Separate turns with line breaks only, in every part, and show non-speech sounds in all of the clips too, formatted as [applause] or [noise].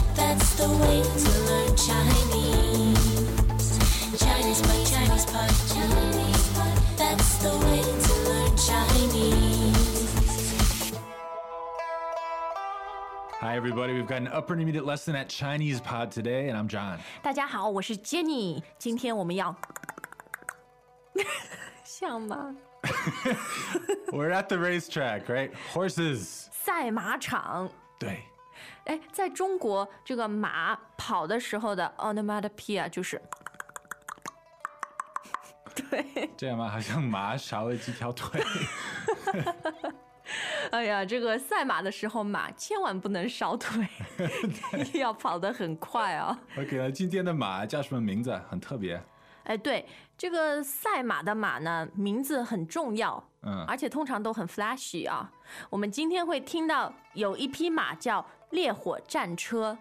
a way to learn Chinese. Chinese pot, Chinese pot, Chinese pot. That's the way to learn Chinese.
Hi, everybody. We've got an upper intermediate lesson at Chinese Pod today, and I'm John.
大家好，我是 Jenny，今天我们要 [laughs] 像吗？
We're at the racetrack, right? Horses.
赛马场。
对，
哎，在中国，这个马跑的时候的 onomatopoeia 就是，对，
这样吗？好像马少了几条腿。 [laughs]
哎呀，这个赛马的时候，马千万不能少 [laughs] 腿，要跑得很快啊。
OK，那今天的马叫什么名字？啊很特别。
哎，对，这个赛马的马呢，名字很重要，
嗯
而且通常都很 flashy 啊。我们今天会听到有一匹马叫烈火战车，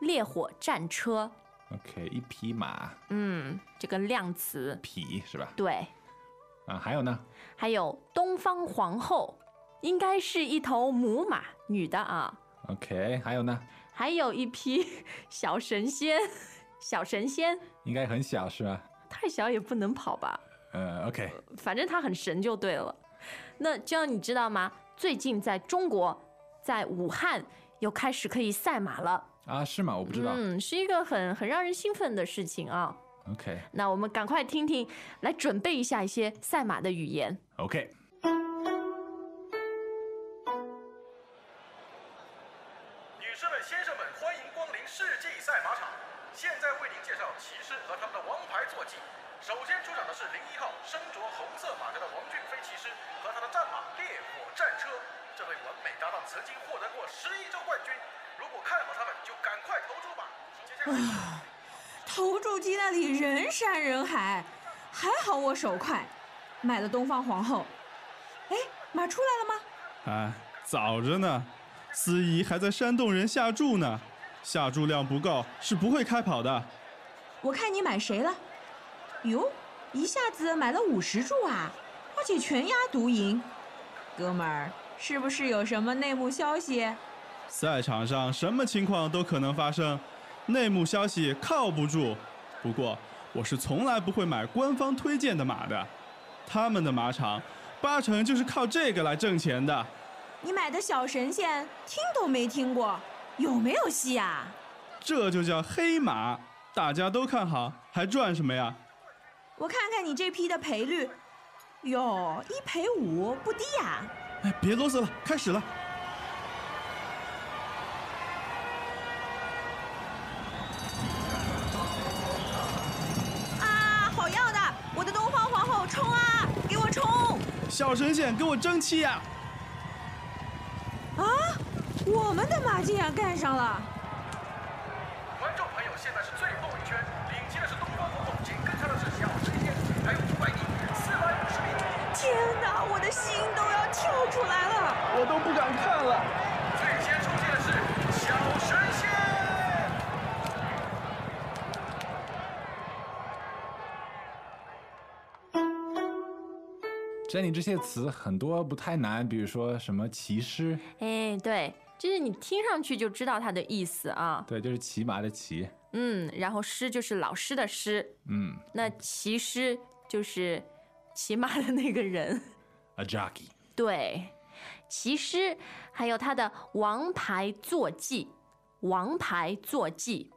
烈火战车，
OK，一匹马，
嗯，这个量词，
匹是吧？
对，
啊，还有呢？
还有东方皇后，应该是一头母马，女的啊，
OK，还有呢？
还有一匹小神仙， [laughs] 小神仙
应该很小是吧？
太小也不能跑吧。
呃，OK，
反正他很神就对了。那这样你知道吗？最近在中国，在武汉又开始可以赛马了，
啊，是吗？我不知道。
嗯，是一个很很让人兴奋的事情啊。
OK，OK，、
那我们赶快听听，来准备一下一些赛马的语言。
女士们、先生们，欢迎光临世纪赛马场。现在为您介绍骑师和他们的王牌坐骑。首先出场的是零一号身着红色马甲的王俊飞骑师和他的战马烈火战车。这位完美搭档曾经获得过十一周冠军。如果看好他们，就赶快投注吧。接下来是
投注机那里人山人海，还好我手快，买了东方皇后。哎，马出来了吗？
哎，早着呢，司仪还在煽动人下注呢，下注量不够是不会开跑的。
我看你买谁了？哟，一下子买了五十注啊，而且全押独赢。哥们儿，是不是有什么内幕消息？
赛场上什么情况都可能发生，内幕消息靠不住。不过我是从来不会买官方推荐的马的，他们的马场八成就是靠这个来挣钱的。
你买的小神仙听都没听过，有没有戏啊？
这就叫黑马，大家都看好，还赚什么呀？
我看看你这批的赔率，哟，一赔五不低啊呀、
哎，别啰嗦了，开始了。
啊，好样的！我的东方皇后冲啊，给我冲！
小神仙，给我争气呀、
啊，我们的马竟然干上了！
观众朋友，现在是最后一圈，领先的是东方红，紧跟上的是小神仙，还有五百米、四百五十米。
天哪，我的心都要跳出来了！
我都不敢看了。
最先出现的是小神仙。
Jenny 这些词很多不太难，比如说什么骑师，
哎，对，就是你听上去就知道它的意思啊。
对，就是骑马的骑。
嗯，然后师就是老师的师，
嗯
那骑师就是骑马的那个人。 [laughs]
，a jockey。
对，骑师还有他的王牌坐骑，王牌坐骑，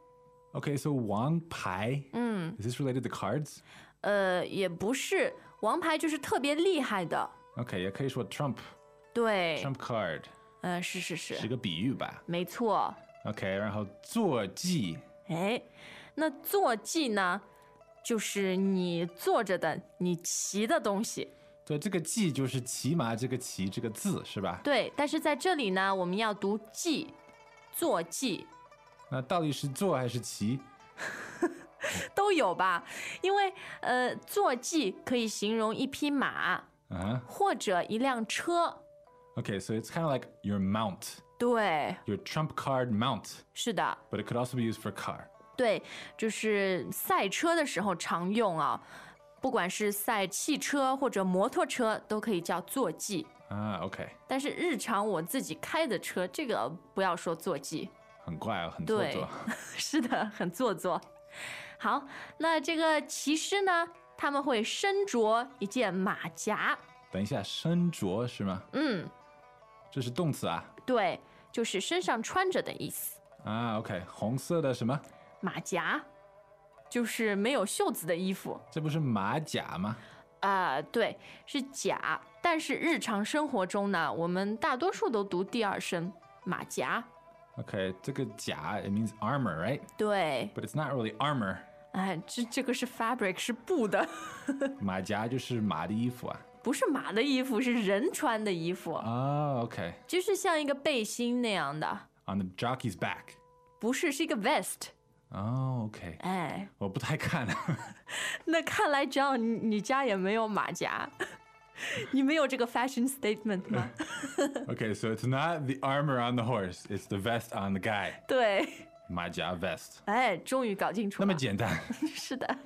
OK，so、王牌
嗯，
，is this related to cards？
呃，也不是，王牌就是特别厉害的，
OK，也可以说 Trump，Trump
对，
card
呃，是是是，
是个比喻吧
没错，
？OK，然后坐骑
哎，那坐骑呢，就是你坐着的，你骑的东西，
对，这个骑就是骑马这个骑这个字是吧？
对，但是在这里呢，我们要读骑，坐骑。
那到底是坐还是骑？
都有吧，因为呃，坐骑可以形容一匹马
啊、哈
或者一辆车，
o k so it's kind of like your mount,
对，
your trump card mount,
是的，
but it could also be used for car.
对，就是赛车的时候常用啊，不管是赛汽车或者摩托车都可以叫坐骑。
啊，OK，
但是日常我自己开的车，这个不要说坐骑， [laughs]
很怪啊，很做
对
作。
是的，很做作。好，那这个骑士呢，他们会身着一件马甲，
等一下，身着是吗？
嗯，
这是动词啊
对，就是身上穿着的意思。
啊，OK，红色的什么？
马甲就是没有袖子的衣服
这不是马甲吗？
啊、对，是甲。但是日常生活中呢，我们大多数都读第二声马甲。
Okay, 这个甲 it means armor, right?
对，
But it's not really armor.
哎，这这个是 fabric 是布的，
马甲就是马的衣服啊。
不是马的衣服，是人穿的衣服，
啊、o k
就是像一个背心那样的，
Oh, On the jockey's back. Oh,
不是是一个 vest。
哦、o k
哎，
[laughs] 我不太看。
那看来只要你你家也没有马甲， [laughs] 你没有这个 fashion statement
[laughs]
吗？
okay, so it's not the armor on the horse, it's the vest on the guy.
对，
马甲 vest，
哎，终于搞清楚
[laughs] 那
了。
么简单。
[laughs] 是的。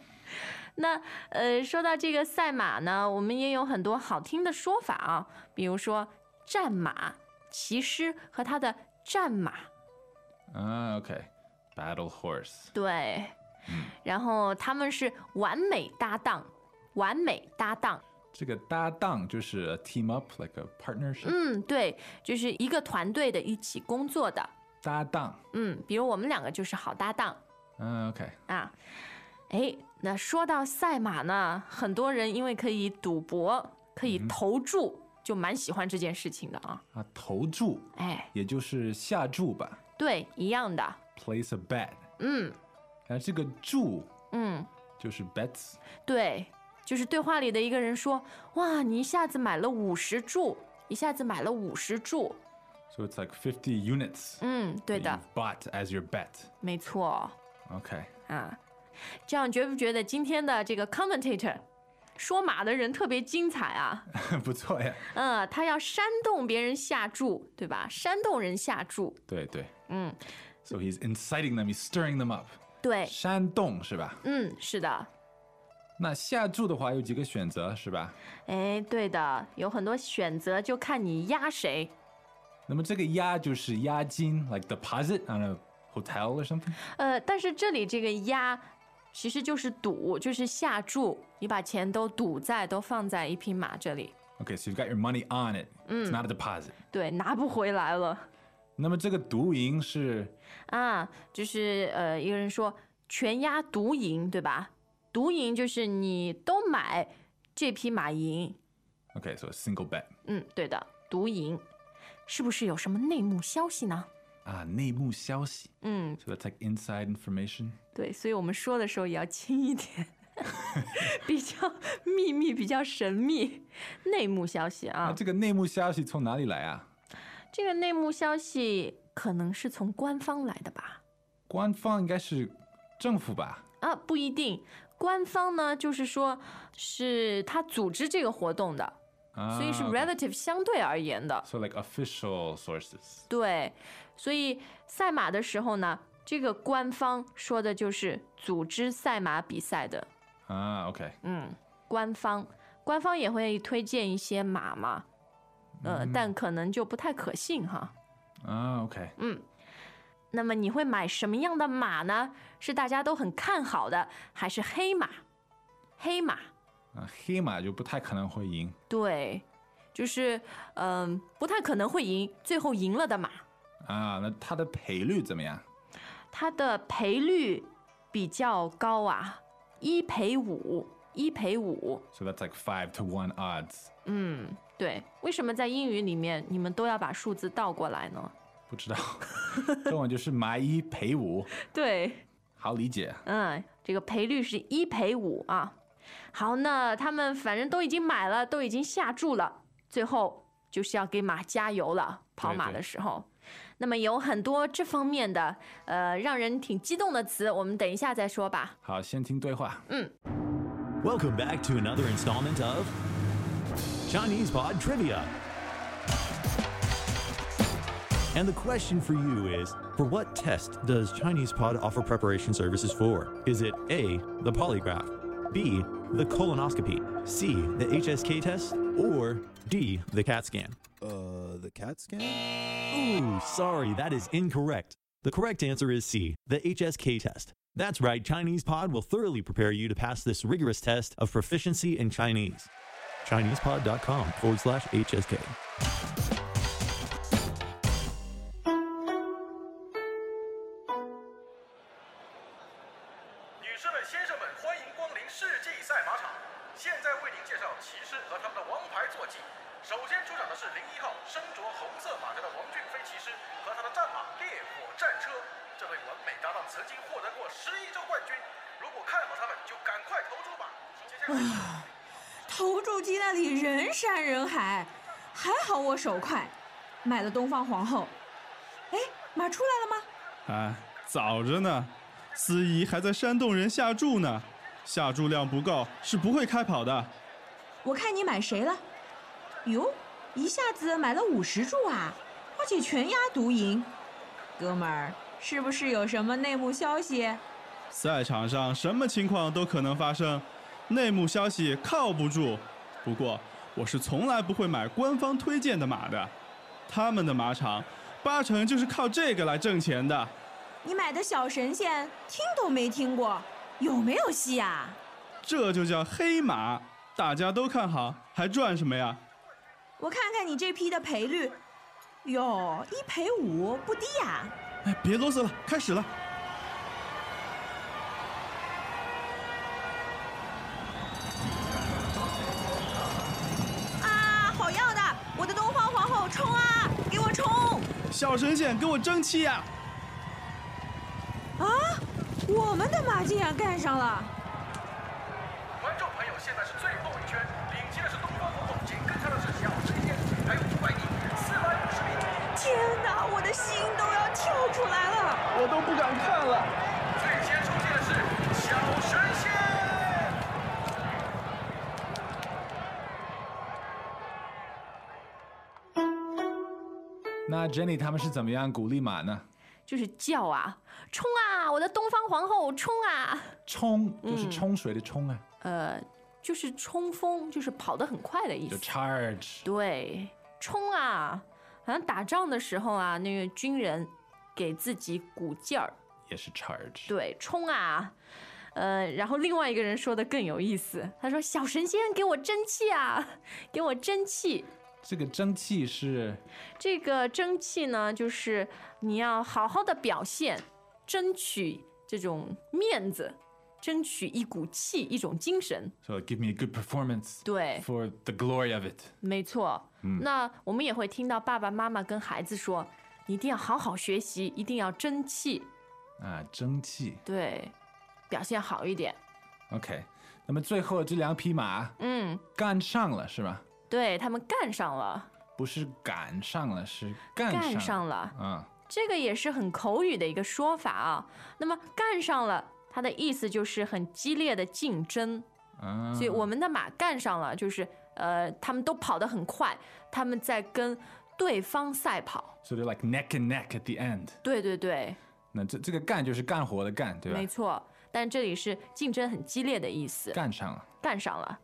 那呃，说到这个赛马呢，我们也有很多好听的说法啊，比如说战马、骑师和他的战马，
啊、o k Ah, Battle horse，
对，然后他们是完美搭档，完美搭档，
这个搭档就是 a team up，like a partnership，、
嗯，对，就是一个团队的一起工作的，
搭档。
嗯，比如我们两个就是好搭档
嗯、o k
啊。哎，那说到赛马呢，很多人因为可以赌博，可以投注，就蛮喜欢这件事情的啊。
啊，投注，
哎，
也就是下注吧
对，一样的，
，place a bet。
嗯
啊，这个注
嗯，
就是 bets，
对，就是对话里的一个人说：“哇，你一下子买了五十注，一下子买了五十注。
so it's like fifty units。”
嗯，Mm. 对的，
You've bought as your bet.
没错
[laughs] OK，
啊。这样觉不觉得今天的这个 commentator 说马的人特别精彩啊？
不错呀。
嗯，他要煽动别人下注，对吧？煽动人下注，
对对。
嗯。
So he's inciting them, he's stirring them up.
对，
煽动是吧？
嗯，是的，
那下注的话有几个选择是吧？
哎，对的，有很多选择，就看你压谁。
那么这个押就是押金，like deposit on a hotel or something。
呃，但是这里这个压，其实就是赌，就是下注，你把钱都赌在，都放在一匹马这里，
Okay, so you've got your money on it. It's
Mm.
not a deposit.
对，拿不回来了
那么这个独赢是
啊。就是呃，一个人说全压独赢，对吧？独赢就是你都买，这匹马赢。
okay, so a single bet
嗯，对的，独赢，是不是有什么内幕消息呢？
啊，Ah, 内幕消息。
嗯，
So that's like inside information.
对，所以我们说的时候也要轻一点， [laughs] 比较秘密，比较神秘，内幕消息
那
啊。
这个内幕消息从哪里来啊？
这个内幕消息可能是从官方来的吧？
官方应该是政府吧？
啊，不一定。官方呢，就是说是他组织这个活动的，
啊，
所以是
OK
relative 相对而言的。
So like official sources.
对，所以赛马的时候呢，这个官方说的就是组织赛马比赛的，
Ah, okay.
嗯，官方官方也会推荐一些马嘛，呃，
嗯
但可能就不太可信哈。
Ah, okay.
那么你会买什么样的马呢？是大家都很看好的，还是黑马？黑马，
啊，黑马就不太可能会赢
对，就是嗯、不太可能会赢，最后赢了的马，
啊。那它的赔率怎么样？
它的赔率比较高啊，一赔五，一赔五。
So that's like five to one odds.
嗯，对，为什么在英语里面你们都要把数字倒过来呢？
不知道， [laughs] 中文就是买一赔五，
对，
好理解。
嗯，这个赔率是一赔五啊。好，那他们反正都已经买了，都已经下注了，最后就是要给马加油了。跑
对
马
对
的时候，那么有很多这方面的呃让人挺激动的词，我们等一下再说吧。
好，先听对话。
嗯
Welcome back to another installment of Chinese Pod Trivia. And the question for you is For what test does Chinese Pod offer preparation services for? Is it A, the polygraph, B, the colonoscopy, C, the HSK test, or D, the CAT scan?
Uh, the CAT scan?
Ooh, sorry, that is incorrect. The correct answer is C, the HSK test. That's right, Chinese Pod will thoroughly prepare you to pass this rigorous test of proficiency in Chinese. ChinesePod.com forward slash HSK.
女士们、先生们，欢迎光临世纪赛马场。现在为您介绍骑士和他们的王牌坐骑。首先出场的是零一号身着红色马甲的王俊飞骑士和他的战马烈火战车。这对完美搭档曾经获得过十一周冠军。如果看好他们，就赶快投注吧。接下来。
投注机那里人山人海，还好我手快，买了东方皇后。哎，马出来了吗？
哎，早着呢，司仪还在煽动人下注呢，下注量不够是不会开跑的。
我看你买谁了？哟，一下子买了五十注啊，而且全押独赢。哥们儿，是不是有什么内幕消息？
赛场上什么情况都可能发生，内幕消息靠不住。不过我是从来不会买官方推荐的马的，他们的马场八成就是靠这个来挣钱的。
你买的小神仙听都没听过，有没有戏啊？
这就叫黑马，大家都看好，还赚什么呀？
我看看你这批的赔率，哟，一赔五不低呀、
哎，别啰嗦了，开始了。
啊，好样的！我的东方皇后冲啊，给我冲！
小神仙，给我争气呀、
啊，我们的马竟然干上了！
观众朋友，现在是最后一圈，领先的是东方红总，紧跟上的是小神仙，还有五百米、四百五十米。
天哪，我的心都要跳出来了！
我都不敢看了。
最先出现的是小神仙。
那 Jenny 他们是怎么样鼓励马呢？
就是叫啊，冲啊，我的东方皇后冲啊！
冲就是
嗯
冲水的冲啊，
呃，就是冲锋，就是跑得很快的意
就
思。
charge。
对，冲啊！好像打仗的时候啊，那个军人给自己鼓劲儿，
也是 charge。
对，冲啊！呃，然后另外一个人说的更有意思，他说：“小神仙，给我争气啊， [laughs] 给我争气！”
这个蒸汽是
这个争气呢，就是你要好好的表现，争取这种面子，争取一股气，一种精神。
说 give me a good performance
对
for the glory of it。
没错，
嗯
那我们也会听到爸爸妈妈跟孩子说，你一定要好好学习，一定要争气，
啊，蒸汽。
对，表现好一点。
OK，那么最后这两匹马
嗯，
干上了是吧？
对他们干上了，
不是赶上了，是干上
干上
了。
了，
嗯，
这个也是很口语的一个说法啊。那么干上了，它的意思就是很激烈的竞争。
啊
所以我们的马干上了，就是呃，他们都跑得很快，他们在跟对方赛跑。
So they're like neck and neck at the end。
对对对，
那这这个干就是干活的干，对吧
没？错。但这里是竞争很激烈的意思，
干上了，
干上了。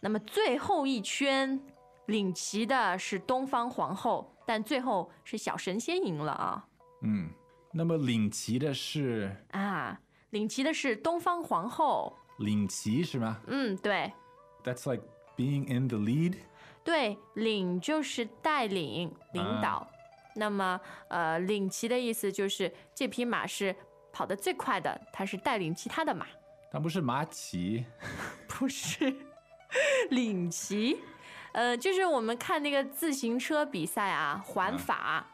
那么最后一圈领骑的是东方皇后，但最后是小神仙赢了啊
嗯。那么领骑的是
啊！领骑的是东方皇后，
领骑是吗
嗯，对
？That's like being in the lead。
对，领就是带领、领
啊
导。那么，呃，领骑的意思就是这匹马是跑得最快的，它是带领其他的马，
但不是马骑，
不是 [laughs] 领骑。呃，就是我们看那个自行车比赛啊，环法、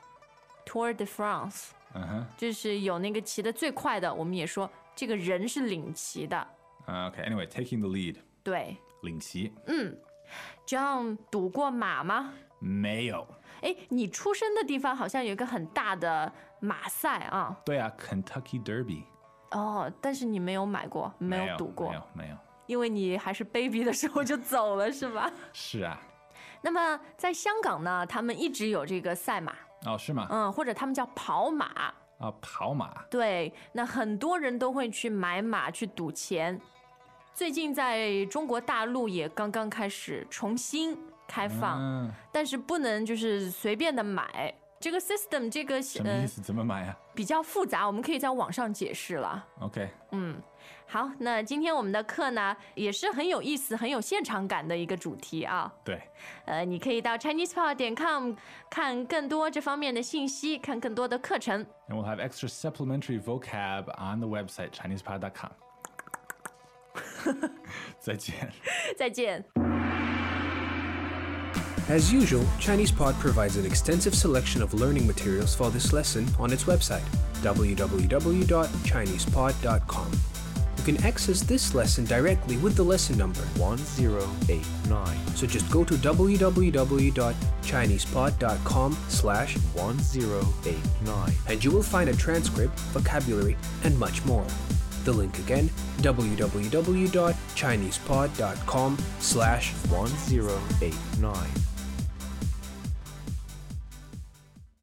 Tour de France，
嗯哼
就是有那个骑得最快的，我们也说这个人是领骑的。
啊，OK，anyway，taking the lead，
对
领骑
，John 赌过马吗？
没有，
哎，你出生的地方好像有一个很大的马赛啊。
对啊，Kentucky Derby
哦，但是你没有买过，没有赌过
没，有没有，
因为你还是 baby 的时候就走了，是吧？ [laughs]
是啊，
那么在香港呢，他们一直有这个赛马，
哦是吗？
嗯，或者他们叫跑马。
啊，跑马，
对，那很多人都会去买马去赌钱。最近在中国大陆也刚刚开始重新开放，
嗯，
但是不能就是随便的买，这个 system 这个
什么意
呃
思？怎么买呀啊
比较复杂，我们可以在网上解释了。
？OK，
嗯，好，那今天我们的课呢也是很有意思、很有现场感的一个主题啊。
对，
呃，你可以到 ChinesePod 点 com 看更多这方面的信息，看更多的课程。
and we'll have extra supplementary vocab on the website [laughs] ChinesePod.com. 再见。
再见。
As usual, ChinesePod provides an extensive selection of learning materials for this lesson on its website, www.chinesepod.com. You can access this lesson directly with the lesson number,
1089
so just go to www.chinesepod.com slash
1089
and you will find a transcript, vocabulary, and much more. The link again, www.chinesepod.com slash
1089